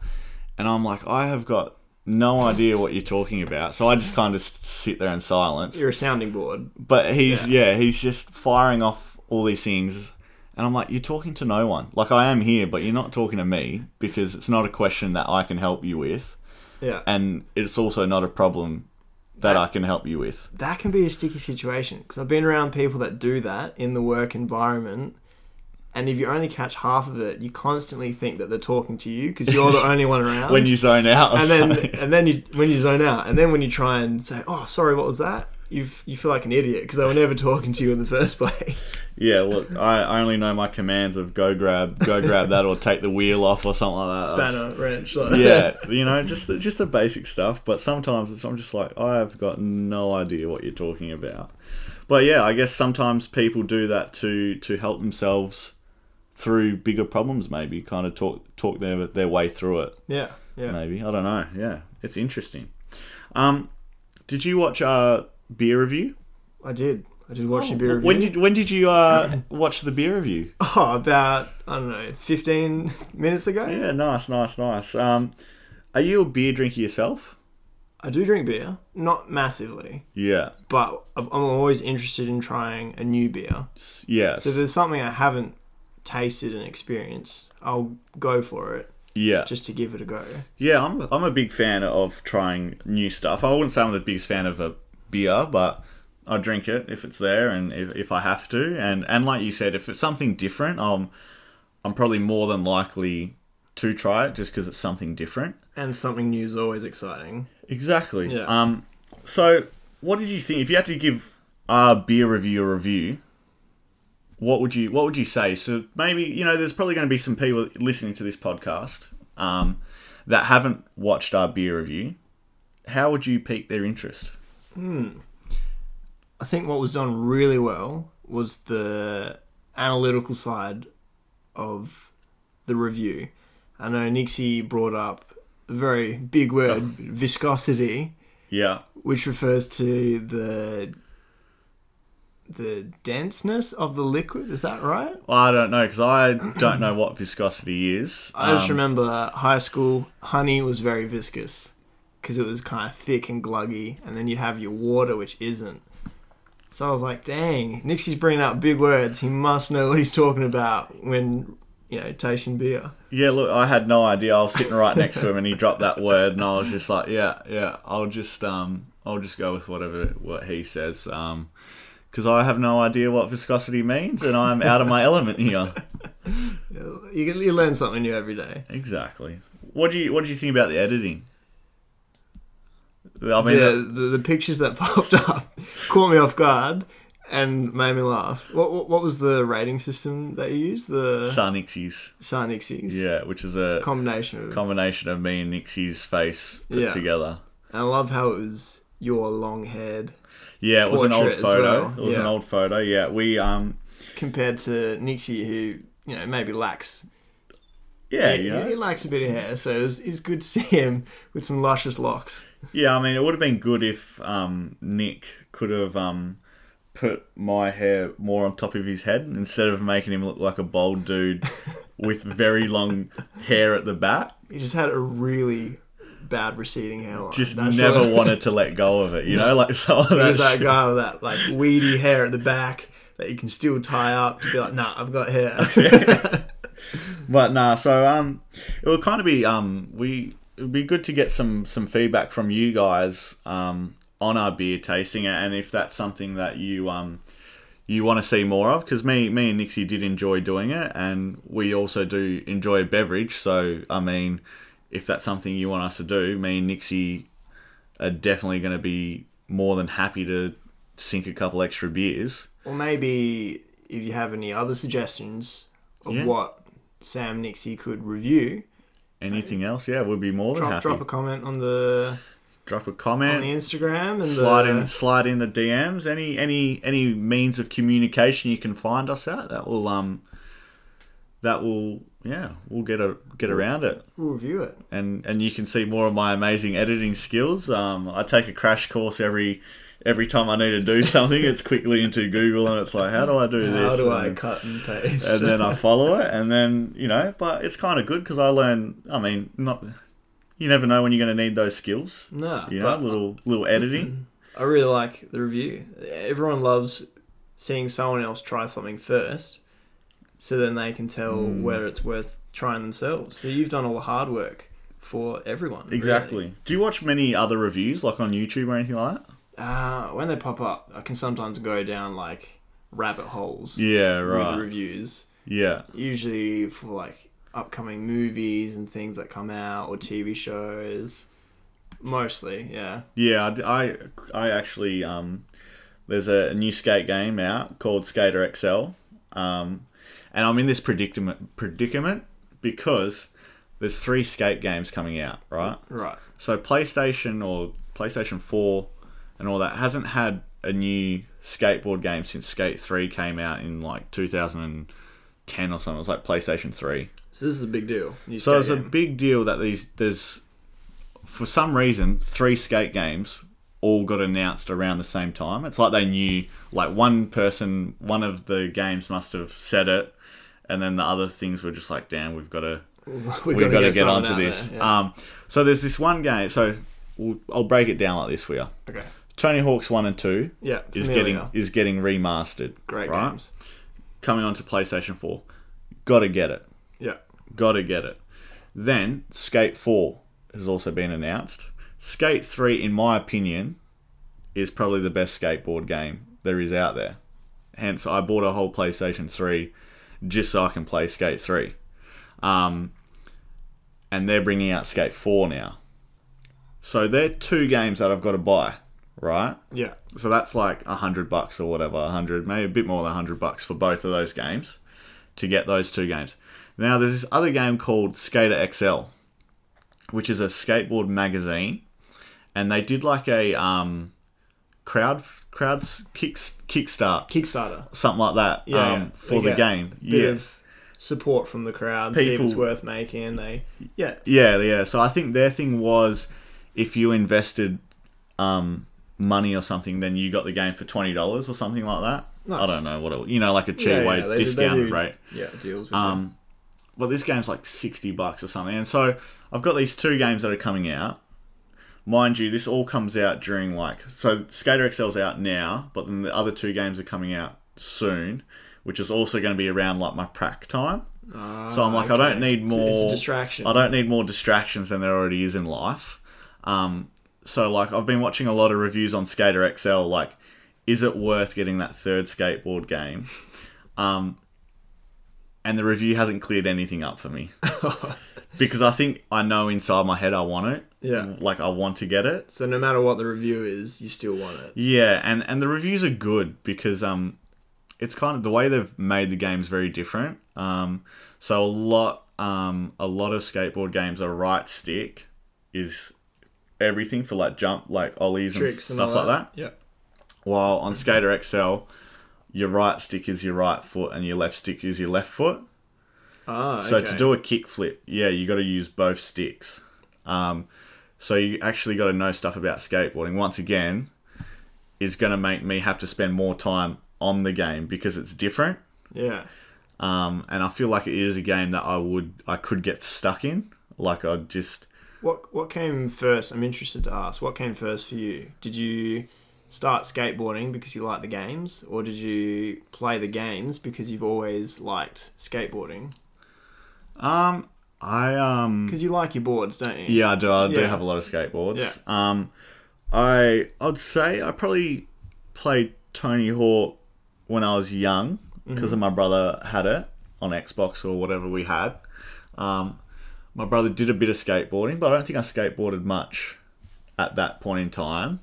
[SPEAKER 1] and I'm like, I have got no idea what you're talking about. So I just kind of s- sit there in silence.
[SPEAKER 2] You're a sounding board.
[SPEAKER 1] But he's yeah. he's just firing off all these things, and I'm like, you're talking to no one. Like I am here, but you're not talking to me because it's not a question that I can help you with,
[SPEAKER 2] Yeah.
[SPEAKER 1] and it's also not a problem that I can help you with.
[SPEAKER 2] that can be a sticky situation because I've been around people that do that in the work environment. And if you only catch half of it, you constantly think that they're talking to you because you're the only one around.
[SPEAKER 1] When you zone out, or
[SPEAKER 2] Um, and then
[SPEAKER 1] something.
[SPEAKER 2] and then you when you zone out, and then when you try and say, "Oh, sorry, what was that?" You you feel like an idiot because they were never talking to you in the first place.
[SPEAKER 1] Yeah, look, I I only know my commands of go grab, go grab that, or take the wheel off, or something like that.
[SPEAKER 2] Spanner wrench. Like,
[SPEAKER 1] Yeah, you know, just the, just the basic stuff. But sometimes it's, I'm just like, I have got no idea what you're talking about. But yeah, I guess sometimes people do that to to help themselves through bigger problems. Maybe kind of talk talk their their way through it.
[SPEAKER 2] yeah, yeah.
[SPEAKER 1] Maybe I don't know. Yeah, it's interesting. Um, did you watch uh beer review?
[SPEAKER 2] I did. I did watch the beer review.
[SPEAKER 1] When did when did you uh watch the beer review?
[SPEAKER 2] oh, about I don't know, fifteen minutes ago.
[SPEAKER 1] Yeah, nice, nice, nice. Um, are you a beer drinker yourself?
[SPEAKER 2] I do drink beer, not massively,
[SPEAKER 1] Yeah,
[SPEAKER 2] but I've- I'm always interested in trying a new beer.
[SPEAKER 1] S- yes,
[SPEAKER 2] So if there's something I haven't tasted and experienced, I'll go for it
[SPEAKER 1] yeah,
[SPEAKER 2] just to give it a go.
[SPEAKER 1] yeah. I'm I'm a big fan of trying new stuff. I wouldn't say I'm the biggest fan of a beer, but I drink it if it's there and if, if I have to. And and like you said, if it's something different, um, I'm probably more than likely to try it just because it's something different.
[SPEAKER 2] And something new is always exciting.
[SPEAKER 1] Exactly.
[SPEAKER 2] Yeah.
[SPEAKER 1] Um. So, what did you think? If you had to give our beer review a review, what would you what would you say? So maybe you know, there's probably going to be some people listening to this podcast, um, that haven't watched our beer review. How would you pique their interest?
[SPEAKER 2] I think what was done really well was the analytical side of the review. I know Nixie brought up a very big word, viscosity,
[SPEAKER 1] Yeah.
[SPEAKER 2] which refers to the the denseness of the liquid. Is that right?
[SPEAKER 1] Well, I don't know because I don't know what viscosity is.
[SPEAKER 2] I just
[SPEAKER 1] Um,
[SPEAKER 2] remember high school honey was very viscous because it was kind of thick and gluggy, and then you'd have your water, which isn't. So I was like, "Dang, Nixie's bringing out big words. He must know what he's talking about when you know tasting beer."
[SPEAKER 1] Yeah, look, I had no idea. I was sitting right next to him, and he dropped that word, and I was just like, "Yeah, yeah, I'll just, um, I'll just go with whatever what he says," um, because I have no idea what viscosity means, and I'm out of my element here.
[SPEAKER 2] You, you learn something new every day.
[SPEAKER 1] Exactly. What do you What do you think about the editing? I mean,
[SPEAKER 2] Yeah, the, the pictures that popped up caught me off guard and made me laugh. What, what, what was the rating system that you used? The
[SPEAKER 1] the Sar Nixies,
[SPEAKER 2] Sar Nixies
[SPEAKER 1] yeah, which is a
[SPEAKER 2] combination of
[SPEAKER 1] combination of me and Nixie's face put
[SPEAKER 2] Yeah.
[SPEAKER 1] together.
[SPEAKER 2] And I love how it was your long head
[SPEAKER 1] Yeah, it was an old
[SPEAKER 2] Portrait as
[SPEAKER 1] photo.
[SPEAKER 2] well,
[SPEAKER 1] It was an
[SPEAKER 2] yeah.
[SPEAKER 1] old photo. Yeah, we um,
[SPEAKER 2] compared to Nixie, who you know maybe lacks.
[SPEAKER 1] yeah,
[SPEAKER 2] he,
[SPEAKER 1] you know.
[SPEAKER 2] he lacks a bit of hair, so it's it's good to see him with some luscious locks.
[SPEAKER 1] Yeah, I mean, it would have been good if um, Nick could have um, put my hair more on top of his head instead of making him look like a bald dude with very long hair at the back.
[SPEAKER 2] He just had a really bad receding hairline.
[SPEAKER 1] Just
[SPEAKER 2] That's
[SPEAKER 1] never
[SPEAKER 2] what-
[SPEAKER 1] wanted to let go of it, you know, like so.
[SPEAKER 2] He was
[SPEAKER 1] That
[SPEAKER 2] that
[SPEAKER 1] guy.
[SPEAKER 2] guy with that like weedy hair at the back that you can still tie up to be like, nah, I've got hair.
[SPEAKER 1] But nah, so um, it would kind of be um, we it would be good to get some some feedback from you guys um on our beer tasting and if that's something that you um you want to see more of because me me and Nixie did enjoy doing it and we also do enjoy a beverage so I mean if that's something you want us to do me and Nixie are definitely going to be more than happy to sink a couple extra beers
[SPEAKER 2] or maybe if you have any other suggestions of
[SPEAKER 1] Yeah.
[SPEAKER 2] what Sam Nixie could review,
[SPEAKER 1] anything else yeah we'd be more than
[SPEAKER 2] drop,
[SPEAKER 1] happy
[SPEAKER 2] drop a comment on the
[SPEAKER 1] drop a
[SPEAKER 2] on
[SPEAKER 1] comment
[SPEAKER 2] the Instagram and
[SPEAKER 1] slide
[SPEAKER 2] the,
[SPEAKER 1] in slide in the DMs. Any any any means of communication you can find us at that will um that will yeah, we'll get a get around it,
[SPEAKER 2] We'll review it.
[SPEAKER 1] and and you can see more of my amazing editing skills. Um, I take a crash course every every time I need to do something. it's quickly into Google, and it's like, how do I do this?
[SPEAKER 2] How do I
[SPEAKER 1] And-
[SPEAKER 2] cut and paste?
[SPEAKER 1] and then I follow it, and then you know. But it's kind of good because I learn. I mean, not you never know when you're going to need those skills.
[SPEAKER 2] no,
[SPEAKER 1] You know,
[SPEAKER 2] but
[SPEAKER 1] little little editing.
[SPEAKER 2] I really like the review. Everyone loves seeing someone else try something first, so then they can tell
[SPEAKER 1] Hmm.
[SPEAKER 2] whether it's worth trying themselves. So you've done all the hard work for everyone. really.
[SPEAKER 1] Exactly. Do you watch many other reviews like on YouTube or anything like that?
[SPEAKER 2] Uh, when they pop up, I can sometimes go down like rabbit holes
[SPEAKER 1] Yeah.
[SPEAKER 2] with
[SPEAKER 1] Right.
[SPEAKER 2] reviews,
[SPEAKER 1] Yeah.
[SPEAKER 2] usually for like upcoming movies and things that come out or TV shows. Mostly, yeah.
[SPEAKER 1] Yeah, I d- I, I actually um, there's a new skate game out called Skater XL, um, and I'm in this predicament predicament because there's three skate games coming out, right?
[SPEAKER 2] Right.
[SPEAKER 1] So PlayStation or PlayStation Four and all that hasn't had a new skateboard game since Skate Three came out in like 2010 or something. It was like PlayStation Three.
[SPEAKER 2] So this is a big deal. You
[SPEAKER 1] So it's
[SPEAKER 2] skate
[SPEAKER 1] a
[SPEAKER 2] game.
[SPEAKER 1] big deal that these there's for some reason three skate games all got announced around the same time. It's like they knew like one person one of the games must have said it and then the other things were just like damn we've got to
[SPEAKER 2] We've
[SPEAKER 1] we've got to get
[SPEAKER 2] someone
[SPEAKER 1] onto
[SPEAKER 2] out
[SPEAKER 1] this.
[SPEAKER 2] there, yeah.
[SPEAKER 1] Um so there's this one game so we'll, I'll break it down like this for you.
[SPEAKER 2] okay.
[SPEAKER 1] Tony Hawk's 1 and 2
[SPEAKER 2] Yeah.
[SPEAKER 1] is
[SPEAKER 2] familiar.
[SPEAKER 1] getting is getting remastered.
[SPEAKER 2] great
[SPEAKER 1] right?
[SPEAKER 2] games.
[SPEAKER 1] Coming onto PlayStation 4. Got to get it.
[SPEAKER 2] Yeah.
[SPEAKER 1] Gotta get it. Then Skate 4 has also been announced. Skate 3, in my opinion, is probably the best skateboard game there is out there. Hence, I bought a whole PlayStation 3 just so I can play Skate 3. Um, and they're bringing out Skate 4 now. So they're two games that I've got to buy, right?
[SPEAKER 2] Yeah.
[SPEAKER 1] So that's like a hundred bucks or whatever, a hundred, maybe a bit more than a hundred bucks for both of those games to get those two games. Now there's this other game called Skater XL, which is a skateboard magazine, and they did like a um, crowd crowds kick kickstart
[SPEAKER 2] Kickstarter.
[SPEAKER 1] something like that
[SPEAKER 2] Yeah,
[SPEAKER 1] um,
[SPEAKER 2] yeah.
[SPEAKER 1] for
[SPEAKER 2] Yeah.
[SPEAKER 1] the game.
[SPEAKER 2] Bit
[SPEAKER 1] Yeah,
[SPEAKER 2] of support from the crowd. see if
[SPEAKER 1] People-
[SPEAKER 2] it's worth making. They yeah.
[SPEAKER 1] yeah, yeah. So I think their thing was if you invested um, money or something, then you got the game for twenty dollars or something like that. I
[SPEAKER 2] Nice.
[SPEAKER 1] don't know what it, you know, like a cheap
[SPEAKER 2] yeah,
[SPEAKER 1] way
[SPEAKER 2] yeah, they- they
[SPEAKER 1] discounted
[SPEAKER 2] do-
[SPEAKER 1] rate.
[SPEAKER 2] Yeah, deals with them.
[SPEAKER 1] Um, but this game's like sixty bucks or something, and so I've got these two games that are coming out. Mind you, this all comes out during like so Skater XL's out now, but then the other two games are coming out soon, which is also going to be around like my prac time. so I'm like, I don't
[SPEAKER 2] okay.
[SPEAKER 1] need
[SPEAKER 2] It's a-
[SPEAKER 1] more.
[SPEAKER 2] it's a distraction.
[SPEAKER 1] I don't need more distractions than there already is in life. Um, so like I've been watching a lot of reviews on Skater XL. Like, is it worth getting that third skateboard game? Um, and the review hasn't cleared anything up for me because I think I know inside my head I want it.
[SPEAKER 2] Yeah.
[SPEAKER 1] Like I want to get it.
[SPEAKER 2] So no matter what the review is, you still want it.
[SPEAKER 1] Yeah, and and the reviews are good because um, it's kind of the way they've made the games very different. Um, so a lot um a lot of skateboard games are right stick is everything for like jump like ollies and
[SPEAKER 2] Tricks and
[SPEAKER 1] stuff
[SPEAKER 2] all
[SPEAKER 1] like that.
[SPEAKER 2] Yeah.
[SPEAKER 1] While on Skater XL, your right stick is your right foot and your left stick is your left foot.
[SPEAKER 2] Ah, okay.
[SPEAKER 1] So to do a kickflip, yeah, you got to use both sticks. Um, so you actually got to know stuff about skateboarding. Once again, is going to make me have to spend more time on the game because it's different.
[SPEAKER 2] yeah.
[SPEAKER 1] Um, and I feel like it is a game that I would I could get stuck in. Like I just
[SPEAKER 2] What what came first? I'm interested to ask. What came first for you? Did you start skateboarding because you like the games, or did you play the games because you've always liked skateboarding?
[SPEAKER 1] um I um
[SPEAKER 2] Because you like your boards, don't you?
[SPEAKER 1] Yeah, I do. I do
[SPEAKER 2] Yeah.
[SPEAKER 1] have a lot of skateboards.
[SPEAKER 2] Yeah.
[SPEAKER 1] Um, I I'd say I probably played Tony Hawk when I was young because
[SPEAKER 2] Mm-hmm.
[SPEAKER 1] my brother had it on Xbox or whatever we had. Um, my brother did a bit of skateboarding, but I don't think I skateboarded much at that point in time.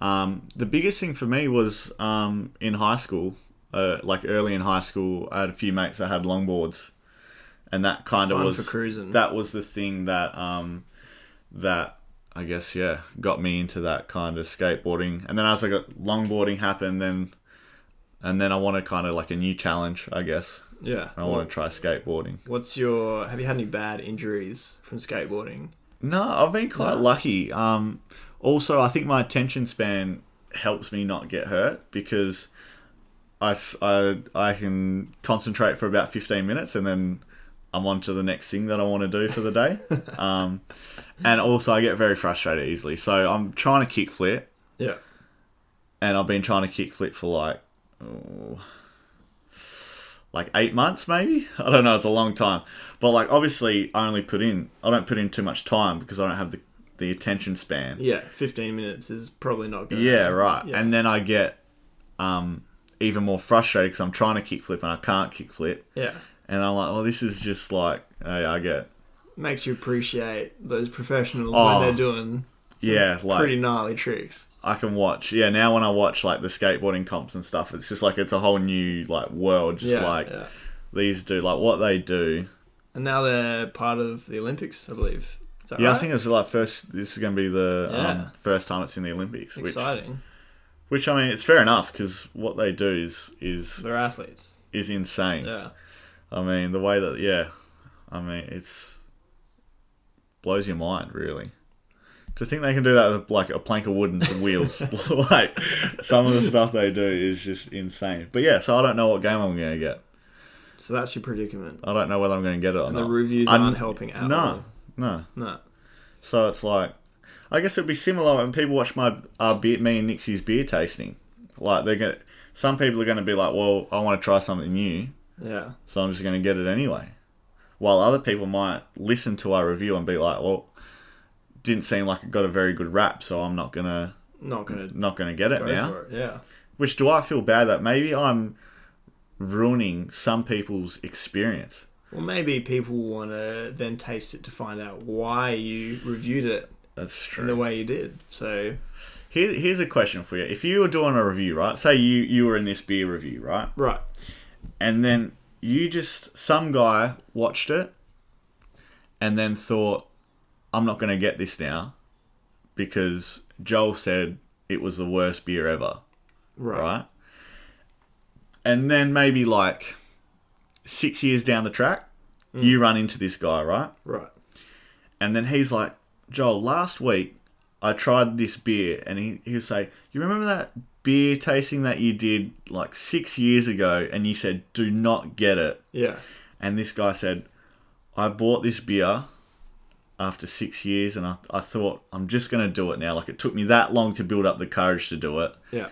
[SPEAKER 1] Um, the biggest thing for me was um, in high school, uh, like early in high school, I had a few mates that had longboards, and that kind of
[SPEAKER 2] Fun
[SPEAKER 1] was
[SPEAKER 2] for cruising.
[SPEAKER 1] that was the thing that um, that I guess yeah got me into that kind of skateboarding. And then as I got longboarding happened, then and then I wanted kind of like a new challenge, I guess.
[SPEAKER 2] Yeah.
[SPEAKER 1] I want to try skateboarding.
[SPEAKER 2] What's your? Have you had any bad injuries from skateboarding?
[SPEAKER 1] No, I've been quite lucky. Um, also, I think my attention span helps me not get hurt because I, s- I- I can concentrate for about 15 minutes and then I'm on to the next thing that I want to do for the day. um, and also, I get very frustrated easily. So I'm trying to kickflip
[SPEAKER 2] Yeah.
[SPEAKER 1] and I've been trying to kickflip for like, oh, like eight months maybe. I don't know. It's a long time, but like obviously, I only put in. I don't put in too much time because I don't have the the attention span.
[SPEAKER 2] Yeah. Fifteen minutes is probably not good.
[SPEAKER 1] Yeah, right.
[SPEAKER 2] Yeah.
[SPEAKER 1] And then I get um even more frustrated because I'm trying to kickflip and I can't kickflip,
[SPEAKER 2] Yeah.
[SPEAKER 1] and I'm like, oh, this is just like, hey, I get.
[SPEAKER 2] Makes you appreciate those professionals
[SPEAKER 1] Oh.
[SPEAKER 2] when they're doing
[SPEAKER 1] Yeah, like
[SPEAKER 2] pretty gnarly tricks.
[SPEAKER 1] I can watch. Yeah, now when I watch like the skateboarding comps and stuff, it's just like it's a whole new like world. Just
[SPEAKER 2] yeah,
[SPEAKER 1] like
[SPEAKER 2] yeah.
[SPEAKER 1] these do, like what they do.
[SPEAKER 2] And now they're part of the Olympics, I believe. Is that
[SPEAKER 1] Yeah,
[SPEAKER 2] right?
[SPEAKER 1] I think it's like first. This is going to be the
[SPEAKER 2] Yeah.
[SPEAKER 1] um, first time it's in the Olympics, which,
[SPEAKER 2] exciting.
[SPEAKER 1] which I mean, it's fair enough because what they do is is
[SPEAKER 2] They're athletes.
[SPEAKER 1] is insane.
[SPEAKER 2] Yeah.
[SPEAKER 1] I mean, the way that yeah, I mean, it's blows your mind really. To think they can do that with like a plank of wood and some wheels, like some of the stuff they do is just insane. But yeah, so I don't know what game I'm going to get.
[SPEAKER 2] So that's your predicament.
[SPEAKER 1] I don't know whether I'm going to get it or
[SPEAKER 2] And
[SPEAKER 1] not.
[SPEAKER 2] the reviews
[SPEAKER 1] Uh, I'm-
[SPEAKER 2] aren't helping at
[SPEAKER 1] No,
[SPEAKER 2] all.
[SPEAKER 1] no.
[SPEAKER 2] No.
[SPEAKER 1] So it's like, I guess it'd be similar when people watch my our beer, me and Nixie's beer tasting. Like they're gonna, some people are gonna be like, well, I want to try something new,
[SPEAKER 2] Yeah.
[SPEAKER 1] so I'm just gonna get it anyway. While other people might listen to our review and be like, well, didn't seem like it got a very good rap, so I'm not gonna
[SPEAKER 2] Not gonna
[SPEAKER 1] not gonna get it
[SPEAKER 2] go
[SPEAKER 1] now.
[SPEAKER 2] for it. Yeah.
[SPEAKER 1] Which do I feel bad that maybe I'm ruining some people's experience?
[SPEAKER 2] Well, maybe people want to then taste it to find out why you reviewed it
[SPEAKER 1] That's true.
[SPEAKER 2] in the way you did. So,
[SPEAKER 1] Here, here's a question for you. If you were doing a review, right? Say you you were in this beer review, right?
[SPEAKER 2] right.
[SPEAKER 1] And then you just some guy watched it and then thought, I'm not going to get this now because Joel said it was the worst beer ever,
[SPEAKER 2] Right.
[SPEAKER 1] right? And then maybe like 6 years down the track, you run into this guy, right?
[SPEAKER 2] Right.
[SPEAKER 1] And then he's like, Joel, last week I tried this beer. And he, he'll say, You remember that beer tasting that you did like six years ago? And you said, Do not get it.
[SPEAKER 2] Yeah.
[SPEAKER 1] And this guy said, I bought this beer after six years and I, I thought, I'm just going to do it now. Like it took me that long to build up the courage to do it.
[SPEAKER 2] Yeah.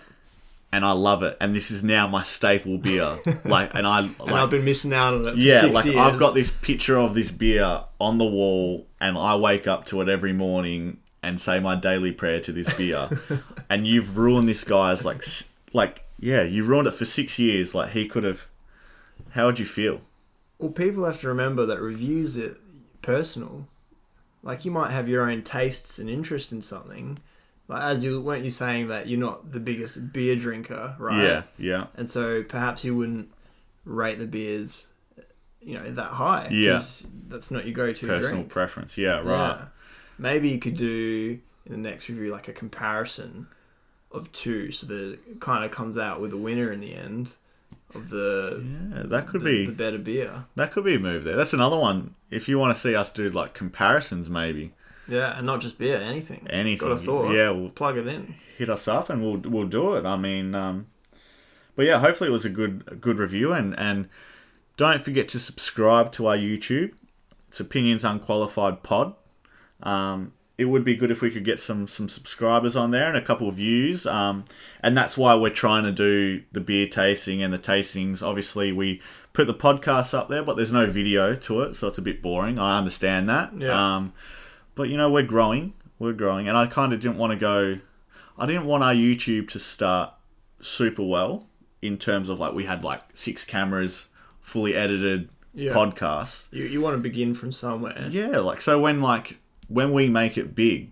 [SPEAKER 1] And I love it. And this is now my staple beer. like, and I, like,
[SPEAKER 2] And I've been missing out on it for
[SPEAKER 1] yeah,
[SPEAKER 2] six
[SPEAKER 1] like
[SPEAKER 2] years.
[SPEAKER 1] I've got this picture of this beer on the wall, and I wake up to it every morning and say my daily prayer to this beer. and you've ruined this guy's like, s- like yeah, you ruined it for six years. Like he could have. How would you feel?
[SPEAKER 2] Well, people have to remember that reviews are personal. Like you might have your own tastes and interest in something. Like as you weren't you saying that you're not the biggest beer drinker, right?
[SPEAKER 1] Yeah, yeah,
[SPEAKER 2] And so perhaps you wouldn't rate the beers, you know, that high.
[SPEAKER 1] Yeah.
[SPEAKER 2] 'cause That's not your go-to
[SPEAKER 1] personal
[SPEAKER 2] drink.
[SPEAKER 1] preference. Yeah,
[SPEAKER 2] Yeah.
[SPEAKER 1] right.
[SPEAKER 2] Maybe you could do in the next review like a comparison of two, so that it kind of comes out with a winner in the end of the
[SPEAKER 1] Yeah, that could
[SPEAKER 2] the,
[SPEAKER 1] be
[SPEAKER 2] the better beer.
[SPEAKER 1] that could be a move there. That's another one. If you want to see us do like comparisons, maybe
[SPEAKER 2] Yeah, and not just beer, anything.
[SPEAKER 1] Anything.
[SPEAKER 2] Got a thought.
[SPEAKER 1] Yeah, well-
[SPEAKER 2] plug it in.
[SPEAKER 1] hit us up and we'll we'll do it. I mean, um, but yeah, hopefully it was a good a good review and and don't forget to subscribe to our YouTube. It's Opinions Unqualified Pod. Um, it would be good if we could get some some subscribers on there and a couple of views. Um, and that's why we're trying to do the beer tasting and the tastings. Obviously, we put the podcast up there, but there's no video to it, so it's a bit boring. I understand that.
[SPEAKER 2] Yeah.
[SPEAKER 1] Um, but you know, we're growing. We're growing, and I kind of didn't want to go. I didn't want our YouTube to start super well in terms of like we had like six cameras, fully edited
[SPEAKER 2] Yeah.
[SPEAKER 1] podcasts.
[SPEAKER 2] You you want to begin from somewhere.
[SPEAKER 1] Yeah, like so when like when we make it big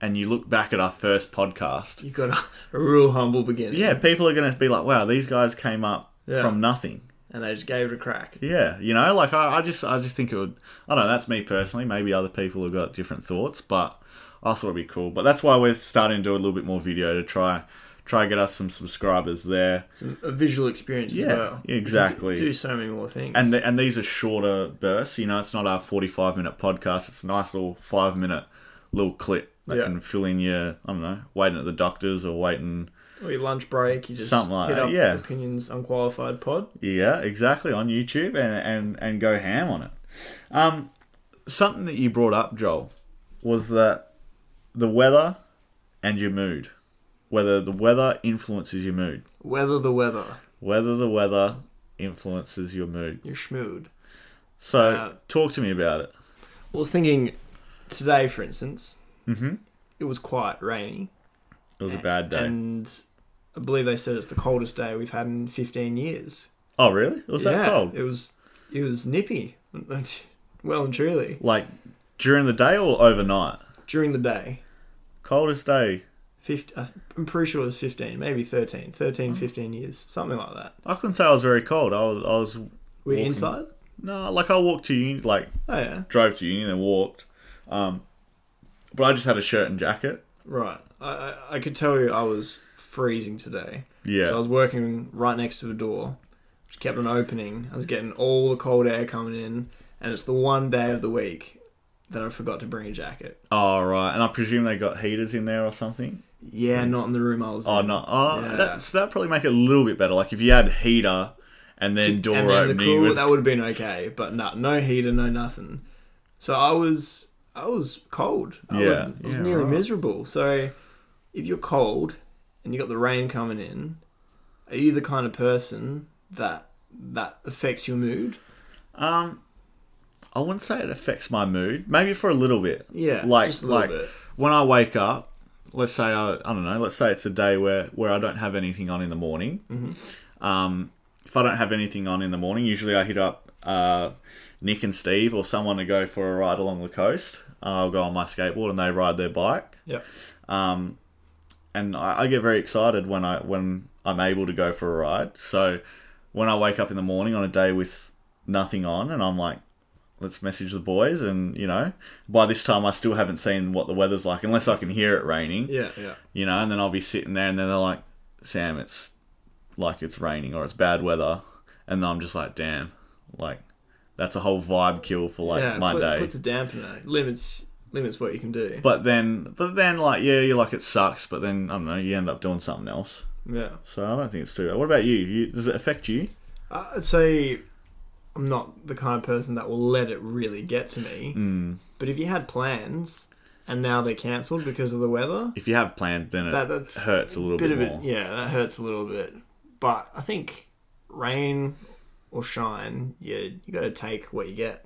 [SPEAKER 1] and you look back at our first podcast,
[SPEAKER 2] You got a, a real humble beginning.
[SPEAKER 1] yeah, people are going to be like, "Wow, these guys came up
[SPEAKER 2] Yeah.
[SPEAKER 1] from nothing."
[SPEAKER 2] And they just gave it a crack.
[SPEAKER 1] Yeah, you know, like I, I just I just think it would I don't know, that's me personally. Maybe other people have got different thoughts, but I thought it'd be cool. But that's why we're starting to do a little bit more video to try try and get us some subscribers there.
[SPEAKER 2] Some, a visual experience
[SPEAKER 1] Yeah,
[SPEAKER 2] as well.
[SPEAKER 1] exactly.
[SPEAKER 2] You can do, do so many more things.
[SPEAKER 1] And the, and these are shorter bursts. You know, it's not our forty-five minute podcast. It's a nice little five-minute little clip that
[SPEAKER 2] Yeah.
[SPEAKER 1] can fill in your I don't know, waiting at the doctors or waiting.
[SPEAKER 2] or your lunch break, you just
[SPEAKER 1] Something like
[SPEAKER 2] hit
[SPEAKER 1] that,
[SPEAKER 2] up
[SPEAKER 1] yeah.
[SPEAKER 2] opinions unqualified pod.
[SPEAKER 1] Yeah, exactly on YouTube and and and go ham on it. Um, something that you brought up, Joel, was that the weather and your mood, whether the weather influences your mood,
[SPEAKER 2] Weather the weather,
[SPEAKER 1] whether the weather influences your mood.
[SPEAKER 2] you're schmood.
[SPEAKER 1] So
[SPEAKER 2] Uh,
[SPEAKER 1] talk to me about it.
[SPEAKER 2] I was thinking today, for instance,
[SPEAKER 1] hmm
[SPEAKER 2] it was quite rainy,
[SPEAKER 1] It was a bad day.
[SPEAKER 2] and I believe they said it's the coldest day we've had in 15 years.
[SPEAKER 1] oh, really? It was that
[SPEAKER 2] Yeah,
[SPEAKER 1] cold?
[SPEAKER 2] It was. It was nippy. well and truly
[SPEAKER 1] like during the day or overnight?
[SPEAKER 2] during the day.
[SPEAKER 1] Coldest day.
[SPEAKER 2] 15, I'm pretty sure it was 15, maybe 13, 13,
[SPEAKER 1] Mm.
[SPEAKER 2] 15 years, something like that.
[SPEAKER 1] I couldn't say I was very cold. I was. I was
[SPEAKER 2] Were you
[SPEAKER 1] Walking.
[SPEAKER 2] inside?
[SPEAKER 1] no, like I walked to uni, like
[SPEAKER 2] Oh yeah,
[SPEAKER 1] drove to uni and walked. Um, but I just had a shirt and jacket.
[SPEAKER 2] right. I, I I could tell you I was freezing today.
[SPEAKER 1] Yeah.
[SPEAKER 2] So I was working right next to a door, which kept on opening. I was getting all the cold air coming in, and it's the one day of the week that I forgot to bring a jacket.
[SPEAKER 1] oh right, and I presume they got heaters in there or something.
[SPEAKER 2] Yeah, not in the room I was.
[SPEAKER 1] Oh
[SPEAKER 2] in.
[SPEAKER 1] no, oh
[SPEAKER 2] Yeah.
[SPEAKER 1] that, so that probably make it a little bit better. Like if you had heater and then door
[SPEAKER 2] and then the
[SPEAKER 1] opening
[SPEAKER 2] cool
[SPEAKER 1] with
[SPEAKER 2] that would have been okay, but no, no heater, no nothing. So I was I was cold. I
[SPEAKER 1] Yeah,
[SPEAKER 2] would- I was
[SPEAKER 1] yeah,
[SPEAKER 2] nearly
[SPEAKER 1] right.
[SPEAKER 2] miserable. So if you're cold and you got the rain coming in, are you the kind of person that that affects your mood?
[SPEAKER 1] Um, I wouldn't say it affects my mood. Maybe for a little bit.
[SPEAKER 2] Yeah,
[SPEAKER 1] like
[SPEAKER 2] just a little
[SPEAKER 1] like
[SPEAKER 2] bit.
[SPEAKER 1] when I wake up. Let's say I, I don't know. Let's say it's a day where where I don't have anything on in the morning.
[SPEAKER 2] Mm-hmm.
[SPEAKER 1] Um, if I don't have anything on in the morning, usually I hit up uh, Nick and Steve or someone to go for a ride along the coast. Uh, I'll go on my skateboard and they ride their bike.
[SPEAKER 2] Yep.
[SPEAKER 1] Um, and I, I get very excited when I when I'm able to go for a ride. So when I wake up in the morning on a day with nothing on, and I'm like, let's message the boys, and you know, by this time I still haven't seen what the weather's like, unless I can hear it raining,
[SPEAKER 2] Yeah, yeah.
[SPEAKER 1] you know, and then I'll be sitting there, and then they're like, Sam, it's like it's raining or it's bad weather, and I'm just like, damn, like that's a whole vibe kill for like
[SPEAKER 2] yeah,
[SPEAKER 1] my
[SPEAKER 2] put-
[SPEAKER 1] day.
[SPEAKER 2] puts a dampener, limits limits what you can do.
[SPEAKER 1] But then, but then, like, yeah, you're like, it sucks. But then, I don't know, you end up doing something else.
[SPEAKER 2] yeah,
[SPEAKER 1] So I don't think it's too bad. What about you? you does it affect you?
[SPEAKER 2] I'd say I'm not the kind of person that will let it really get to me.
[SPEAKER 1] Mm.
[SPEAKER 2] But if you had plans and now they're cancelled because of the weather,
[SPEAKER 1] If you have planned, then it
[SPEAKER 2] That- that's
[SPEAKER 1] hurts a little
[SPEAKER 2] bit
[SPEAKER 1] bit,
[SPEAKER 2] of it,
[SPEAKER 1] more.
[SPEAKER 2] yeah, that hurts a little bit. But I think rain or shine, yeah, you got to take what you get.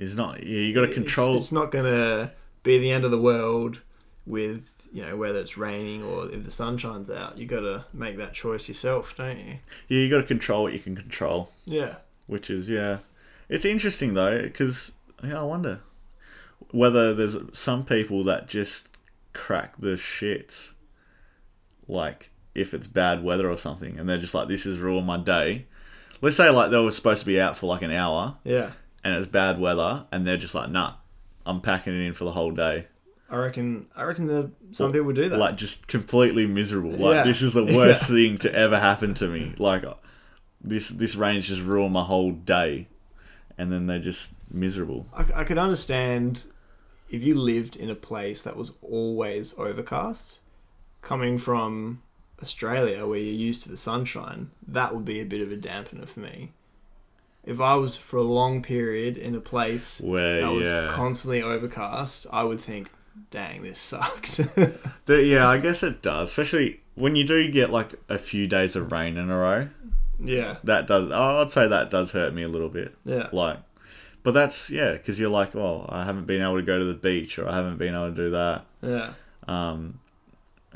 [SPEAKER 1] It's not. Yeah, you got to
[SPEAKER 2] It's-
[SPEAKER 1] control.
[SPEAKER 2] It's, not gonna be the end of the world with you know whether it's raining or if the sun shines out. You got to make that choice yourself, don't you?
[SPEAKER 1] yeah, you got to control what you can control,
[SPEAKER 2] Yeah.
[SPEAKER 1] which is yeah. It's interesting though, because yeah, I wonder whether there's some people that just crack the shit, like if it's bad weather or something, and they're just like, this is ruining my day. Let's say like they were supposed to be out for like an hour,
[SPEAKER 2] Yeah,
[SPEAKER 1] and it's bad weather, and they're just like, nah, I'm packing it in for the whole day.
[SPEAKER 2] I reckon. I reckon the, some people do that.
[SPEAKER 1] Like, just completely miserable. Like,
[SPEAKER 2] Yeah.
[SPEAKER 1] this is the worst thing to ever happen to me. Like, this this rain's just ruined my whole day. And then they're just miserable.
[SPEAKER 2] I, I could understand if you lived in a place that was always overcast. Coming from Australia, where you're used to the sunshine, that would be a bit of a dampener for me. If I was for a long period in a place
[SPEAKER 1] Where,
[SPEAKER 2] that was
[SPEAKER 1] yeah.
[SPEAKER 2] constantly overcast, I would think, "Dang, this sucks."
[SPEAKER 1] There- yeah, I guess it does. Especially when you do get, like, a few days of rain in a row.
[SPEAKER 2] yeah,
[SPEAKER 1] That does, oh, I'd say that does hurt me a little bit.
[SPEAKER 2] yeah,
[SPEAKER 1] Like, but that's, yeah, because you're like, oh, I haven't been able to go to the beach or I haven't been able to do that.
[SPEAKER 2] yeah,
[SPEAKER 1] um,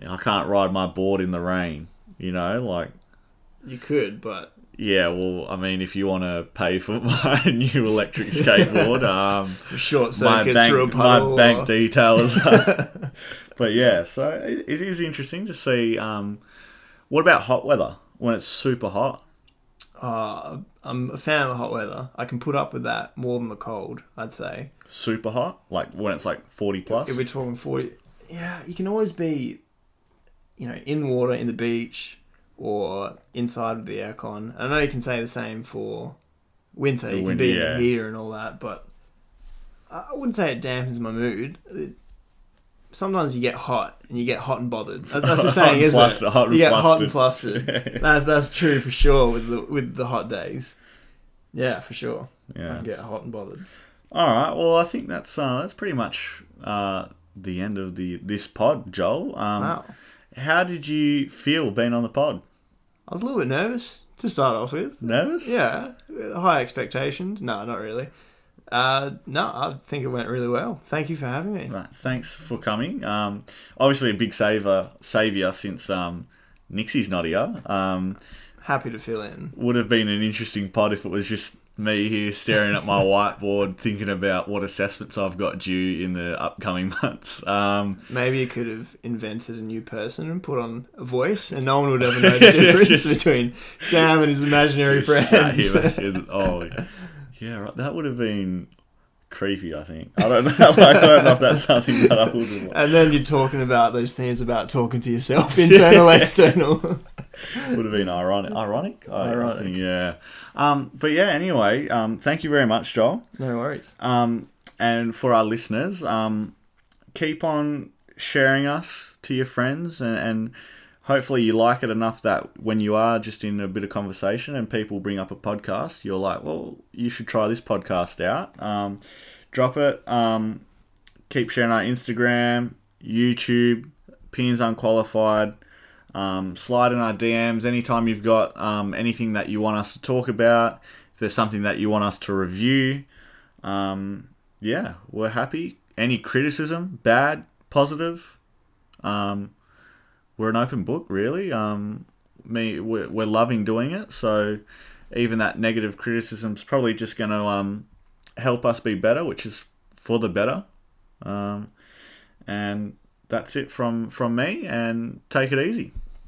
[SPEAKER 1] I can't ride my board in the rain. You know, like,
[SPEAKER 2] you could, but
[SPEAKER 1] yeah, well, I mean, if you want to pay for my new electric skateboard, um,
[SPEAKER 2] short
[SPEAKER 1] my
[SPEAKER 2] circuit through a
[SPEAKER 1] bank, my
[SPEAKER 2] puddle. or-
[SPEAKER 1] bank details. but yeah, so it, it is interesting to see. Um, what about hot weather when it's super hot?
[SPEAKER 2] Uh, I'm a fan of the hot weather. I can put up with that more than the cold, I'd say.
[SPEAKER 1] Super hot, like when it's like forty plus.
[SPEAKER 2] If we're talking 40, yeah, you can always be. you know, in the water, in the beach, or inside of the aircon. I know you can say the same for winter.
[SPEAKER 1] The
[SPEAKER 2] you can
[SPEAKER 1] wind-
[SPEAKER 2] be
[SPEAKER 1] yeah.
[SPEAKER 2] in the heater and all that, but I I wouldn't say it dampens my mood. It- sometimes you get hot and you get hot and bothered. That- That's the
[SPEAKER 1] Hot
[SPEAKER 2] saying,
[SPEAKER 1] and
[SPEAKER 2] isn't
[SPEAKER 1] flustered,
[SPEAKER 2] it?
[SPEAKER 1] hot and
[SPEAKER 2] you get hot and flustered. that's that's true for sure with the with the hot days. Yeah, for sure. I
[SPEAKER 1] Yeah.
[SPEAKER 2] can get hot and bothered.
[SPEAKER 1] All right. Well, I think that's uh, that's pretty much uh, the end of the this pod, Joel. Um,
[SPEAKER 2] Wow.
[SPEAKER 1] How did you feel being on the pod?
[SPEAKER 2] I was a little bit nervous to start off with.
[SPEAKER 1] Nervous?
[SPEAKER 2] Yeah, high expectations. No, not really. Uh, no, I think it went really well. Thank you for having me.
[SPEAKER 1] Right, thanks for coming. Um, obviously, a big saver savior since um, Nixie's not here. Um,
[SPEAKER 2] Happy to fill in.
[SPEAKER 1] would have been an interesting pod if it was just me here staring at my whiteboard, thinking about what assessments I've got due in the upcoming months. Um,
[SPEAKER 2] Maybe you could have invented a new person and put on a voice, and no one would ever know the difference between Sam and his imaginary
[SPEAKER 1] just sat
[SPEAKER 2] friend.
[SPEAKER 1] here looking- oh, yeah, right. That would have been creepy. I think. I don't know. I don't know if that's something that I would have. liked.
[SPEAKER 2] and then you're talking about those things about talking to yourself, internal, external.
[SPEAKER 1] would have been ironic. Ironic. I- I
[SPEAKER 2] Ironic.
[SPEAKER 1] think, yeah. Um, but yeah. Anyway, um, thank you very much, Joel.
[SPEAKER 2] no worries.
[SPEAKER 1] Um, and for our listeners, um, keep on sharing us to your friends, and, and hopefully you like it enough that when you are just in a bit of conversation and people bring up a podcast, you're like, well, you should try this podcast out. Um, drop it. Um, keep sharing our Instagram, YouTube, Pins Unqualified. Um, slide in our DMs anytime you've got um, anything that you want us to talk about. If there's something that you want us to review, um, yeah, we're happy. Any criticism, bad, positive, um, we're an open book, really. Um, me, we're, we're loving doing it. So even that negative criticism's probably just going to um, help us be better, which is for the better. Um, and that's it from from me. And take it easy.